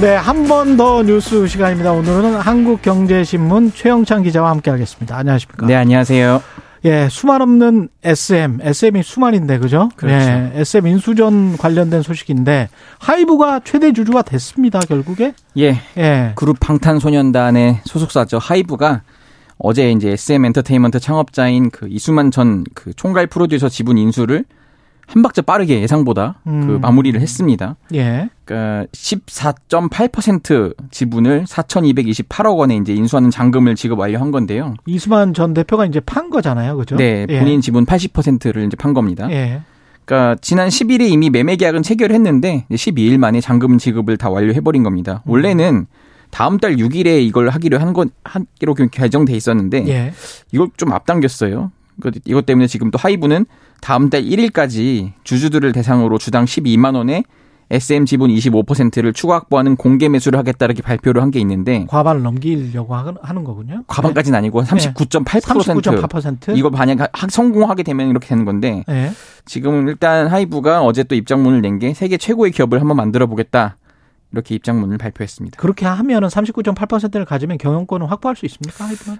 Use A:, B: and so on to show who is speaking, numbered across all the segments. A: 네, 한 번 더 뉴스 시간입니다. 오늘은 한국경제신문 최영찬 기자와 함께하겠습니다. 안녕하십니까?
B: 네, 안녕하세요.
A: 예, 수만 없는 SM, SM이 수만인데 그죠?
B: 그렇죠.
A: 예, SM 인수전 관련된 소식인데 하이브가 최대 주주가 됐습니다. 결국에
B: 예,
A: 예,
B: 그룹 방탄소년단의 소속사죠 하이브가 어제 이제 SM 엔터테인먼트 창업자인 그 이수만 전 그 총괄 프로듀서 지분 인수를 한 박자 빠르게 예상보다 그
A: 음.
B: 마무리를 했습니다.
A: 예,
B: 그러니까 14.8% 지분을 4,228억 원에 이제 인수하는 잔금을 지급 완료한 건데요.
A: 이수만 전 대표가 이제 판 거잖아요, 그죠?
B: 네,
A: 예,
B: 본인 지분 80%를 이제 판 겁니다.
A: 예,
B: 그러니까 지난 10일에 이미 매매 계약은 체결했는데 12일 만에 잔금 지급을 다 완료해버린 겁니다. 원래는 다음 달 6일에 이걸 하기로 한 건 하기로 결정돼 있었는데
A: 예,
B: 이걸 좀 앞당겼어요. 그것- 이것 때문에 지금 또 하이브는 다음 달 1일까지 주주들을 대상으로 주당 12만 원에 SM 지분 25%를 추가 확보하는 공개 매수를 하겠다라고 발표를 한 게 있는데
A: 과반을 넘기려고 하는 하는 거군요.
B: 과반까지는 아니고 39.8%
A: 39.8%.
B: 이거 만약 하- 성공하게 되면 이렇게 되는 건데
A: 예,
B: 지금은 일단 하이브가 어제 또 입장문을 낸 게 세계 최고의 기업을 한번 만들어 보겠다. 이렇게 입장문을 발표했습니다.
A: 그렇게 하면은 39.8%를 가지면 경영권을 확보할 수 있습니까, 하이브는?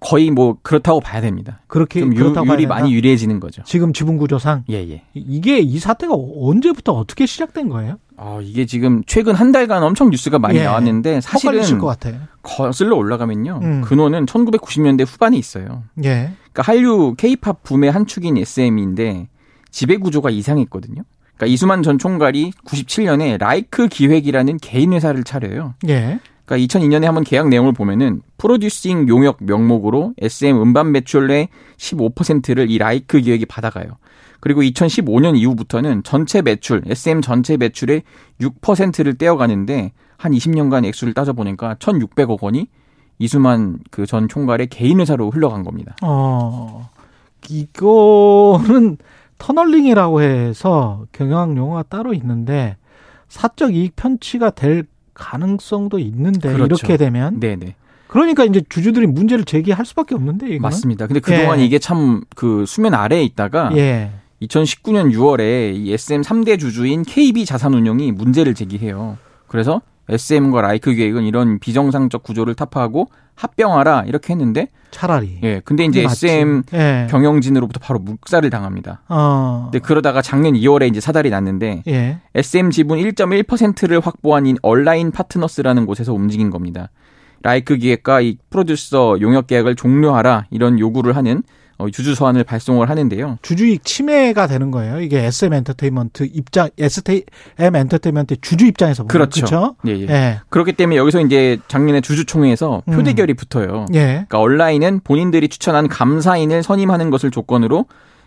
B: 거의 뭐 그렇다고 봐야 됩니다.
A: 그렇게
B: 좀 유,
A: 그렇다고 봐야
B: 율이
A: 된다?
B: 많이 유리해지는 거죠.
A: 지금 지분 구조상
B: 예, 예.
A: 이- 이게 이 사태가 언제부터 어떻게 시작된 거예요?
B: 어, 이게 지금 최근 한 달간 엄청 뉴스가 많이
A: 예.
B: 나왔는데 사실은
A: 헛갈리실 것 같아요.
B: 거슬러 올라가면요.
A: 음.
B: 근원은 1990년대 후반에 있어요.
A: 예.
B: 그러니까 한류 케이팝 붐의 한 축인 SM인데 지배 구조가 이상했거든요. 그러니까 이수만 전 총괄이 97년에 라이크 기획이라는 개인 회사를 차려요.
A: 예.
B: 그러니까 2002년에 한번 계약 내용을 보면은 프로듀싱 용역 명목으로 SM 음반 매출의 15%를 이 라이크 기획이 받아가요. 그리고 2015년 이후부터는 전체 매출, SM 전체 매출의 6%를 떼어가는데 한 20년간 액수를 따져보니까 1,600억 원이 이수만 그 전 총괄의 개인 회사로 흘러간 겁니다.
A: 어, 이거는 터널링이라고 해서 경영학 용어가 따로 있는데 사적 이익 편취가 될 가능성도 있는데
B: 그렇죠.
A: 이렇게 되면
B: 네네.
A: 그러니까 이제 주주들이 문제를 제기할 수밖에 없는데 이거
B: 맞습니다. 근데 그동안
A: 예.
B: 이게 참 그 수면 아래에 있다가
A: 예.
B: 2019년 6월에 이 SM 3대 주주인 KB 자산운용이 문제를 제기해요. 그래서 SM과 라이크 계획은 이런 비정상적 구조를 타파하고 합병하라 이렇게 했는데
A: 차라리.
B: 예. 근데 이제
A: 맞지.
B: SM
A: 예.
B: 경영진으로부터 바로 묵살을 당합니다.
A: 어.
B: 근데 그러다가 작년 2월에 이제 사달이 났는데
A: 예.
B: SM 지분 1.1%를 확보한 인 얼라인 파트너스라는 곳에서 움직인 겁니다. 라이크 기획과 이 프로듀서 용역 계약을 종료하라 이런 요구를 하는 어, 주주 서한을 발송을 하는데요.
A: 주주익 침해가 되는 거예요. 이게 SM 엔터테인먼트 입장 SM 엔터테인먼트 주주 입장에서 보면
B: 그렇죠.
A: 그렇죠?
B: 예, 예.
A: 예.
B: 그렇기 때문에 여기서 이제 작년에 주주총회에서
A: 음.
B: 표대결이 붙어요.
A: 예.
B: 그러니까 얼라인은 본인들이 추천한 감사인을 선임하는 것을 조건으로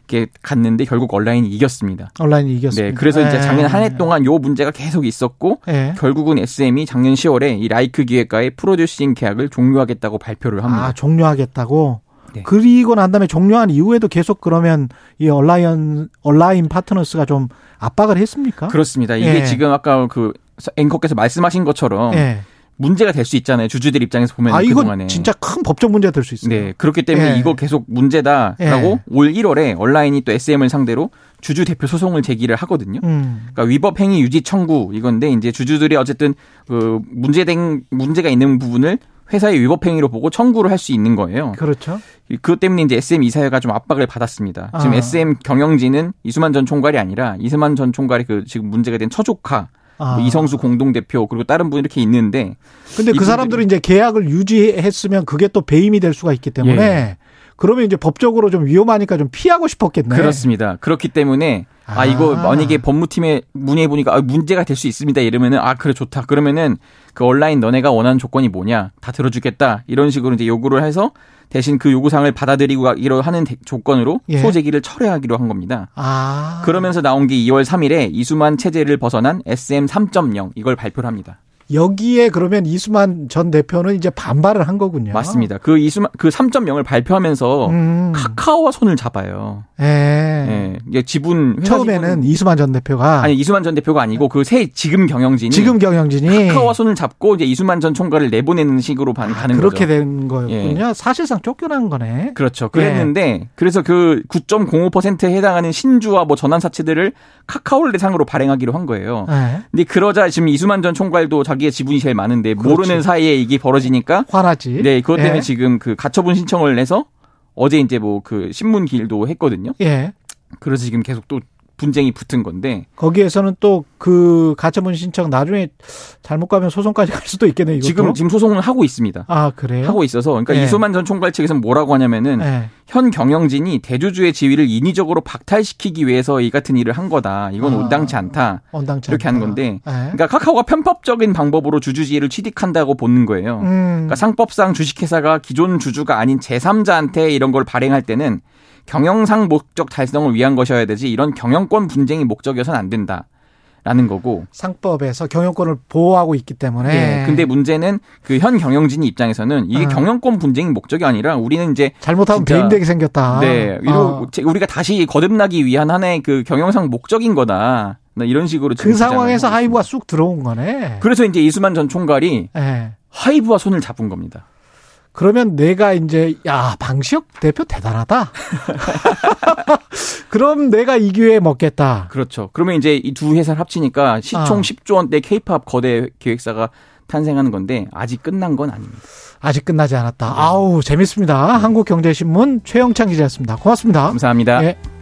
B: 이렇게 갔는데 결국 얼라인이 이겼습니다.
A: 온라인이 이겼습니다.
B: 네, 그래서 이제
A: 예.
B: 작년 한 해 동안 요 문제가 계속 있었고
A: 예.
B: 결국은 SM이 작년 10월에 이 라이크 기획과의 프로듀싱 계약을 종료하겠다고 발표를 합니다.
A: 아, 종료하겠다고.
B: 네.
A: 그리고 난 다음에 종료한 이후에도 계속 그러면 이 얼라인 얼라인 파트너스가 좀 압박을 했습니까?
B: 그렇습니다. 이게
A: 예.
B: 지금 아까 그 앵커께서 말씀하신 것처럼
A: 예.
B: 문제가 될 수 있잖아요. 주주들 입장에서 보면
A: 아, 이거
B: 그동안에.
A: 진짜 큰 법적 문제가 될 수 있어요.
B: 네, 그렇기 때문에
A: 예.
B: 이거 계속 문제다라고
A: 예.
B: 올 1월에 온라인이 또 SM을 상대로 주주 대표 소송을 제기를 하거든요.
A: 음.
B: 그러니까 위법 행위 유지 청구 이건데 이제 주주들이 어쨌든 그 문제된 문제가 있는 부분을 회사의 위법 행위로 보고 청구를 할 수 있는 거예요.
A: 그렇죠.
B: 그것 때문에 이제 SM 이사회가 좀 압박을 받았습니다. 지금
A: 아.
B: SM 경영진은 이수만 전 총괄이 아니라 이수만 전 총괄이 그 지금 문제가 된 처조카,
A: 아.
B: 뭐 이성수 공동 대표 그리고 다른 분 이렇게 있는데
A: 근데 그
B: 이분들이-
A: 사람들은 이제 계약을 유지했으면 그게 또 배임이 될 수가 있기 때문에
B: 예.
A: 그러면 이제 법적으로 좀 위험하니까 좀 피하고 싶었겠네.
B: 그렇습니다. 그렇기 때문에 아,
A: 아.
B: 이거 만약에 법무팀에 문의해 보니까 아, 문제가 될 수 있습니다. 이러면은 아 그래 좋다. 그러면은 그 온라인 너네가 원하는 조건이 뭐냐 다 들어주겠다 이런 식으로 이제 요구를 해서 대신 그 요구사항을 받아들이고 이러 하는 대- 조건으로
A: 예.
B: 소제기를 철회하기로 한 겁니다.
A: 아.
B: 그러면서 나온 게 2월 3일에 이수만 체제를 벗어난 SM 3.0 이걸 발표를 합니다.
A: 여기에 그러면 이수만 전 대표는 이제 반발을 한 거군요.
B: 맞습니다. 그 이수만 그 3.0을 발표하면서
A: 음.
B: 카카오와 손을 잡아요.
A: 예. 예.
B: 예. 이게 지분 회사
A: 처음에는
B: 지분-
A: 이수만 전 대표가
B: 아니 이수만 전 대표가 아니고 그 새 지금 경영진이
A: 지금 예. 경영진이
B: 카카오와 손을 잡고 이제 이수만 전 총괄을 내보내는 식으로 반, 가는
A: 아, 그렇게
B: 거죠. 예.
A: 된 거였군요. 사실상 쫓겨난 거네.
B: 그렇죠. 그랬는데
A: 예.
B: 그래서 그 9.05%에 해당하는 신주와 뭐 전환 사채들을 카카오를 대상으로 발행하기로 한 거예요.
A: 예.
B: 근데 그러자 지금 이수만 전 총괄도 자기의 지분이 제일 많은데
A: 그렇지.
B: 모르는 사이에 이게 벌어지니까
A: 화나지.
B: 네 그것 때문에
A: 그렇죠. 예.
B: 지금 그 가처분 신청을 해서 어제 이제 뭐 그 신문 기일도 했거든요.
A: 예.
B: 그래서 지금 계속 또 분쟁이 붙은 건데
A: 거기에서는 또 그 가처분 신청 나중에 잘못 가면 소송까지 갈 수도 있겠네. 예, 이것도.
B: 지금 지금 소송을 하고 있습니다.
A: 아 그래요?
B: 하고 있어서 그러니까
A: 예.
B: 이수만 전 총괄 측에서는 뭐라고 하냐면은
A: 예.
B: 현 경영진이 대주주의 지위를 인위적으로 박탈시키기 위해서 이 같은 일을 한 거다. 이건
A: 아.
B: 온당치 않다.
A: 언당치
B: 이렇게
A: 않다.
B: 한 건데.
A: 예.
B: 그러니까 카카오가 편법적인 방법으로 주주지위를 취득한다고 보는 거예요.
A: 음.
B: 그러니까 상법상 주식회사가 기존 주주가 아닌 제3자한테 이런 걸 발행할 때는 경영상 목적 달성을 위한 것이어야 되지 이런 경영권 분쟁이 목적이어서는 안 된다. 라는 거고.
A: 상법에서 경영권을 보호하고 있기 때문에.
B: 예. 근데 문제는 그 현 경영진이 입장에서는 이게
A: 네. 아.
B: 경영권 분쟁이 목적이 아니라 우리는 이제
A: 잘못하면
B: 진짜-
A: 배임되기 생겼다.
B: 네, 이러,
A: 어.
B: 우리가 다시 거듭나기 위한 하나의 그 경영상 목적인 거다. 나 이런 식으로 지금
A: 그
B: 주장을
A: 상황에서
B: 하고
A: 하이브가 쑥 들어온 거네.
B: 있습니다. 그래서 이제 이수만 전 총괄이
A: 예.
B: 하이브와 손을 잡은 겁니다.
A: 그러면 내가 이제 야 방시혁 대표 대단하다. 그럼 내가 이 기회에 먹겠다.
B: 그렇죠. 그러면 이제 이 두 회사를 합치니까 시총
A: 아.
B: 10조 원대 케이팝 거대 기획사가 탄생하는 건데 아직 끝난 건 아닙니다.
A: 아직
B: 네.
A: 끝나지 않았다. 아우 재밌습니다. 한국경제신문 최영창 기자였습니다. 고맙습니다.
B: 감사합니다.
A: 예.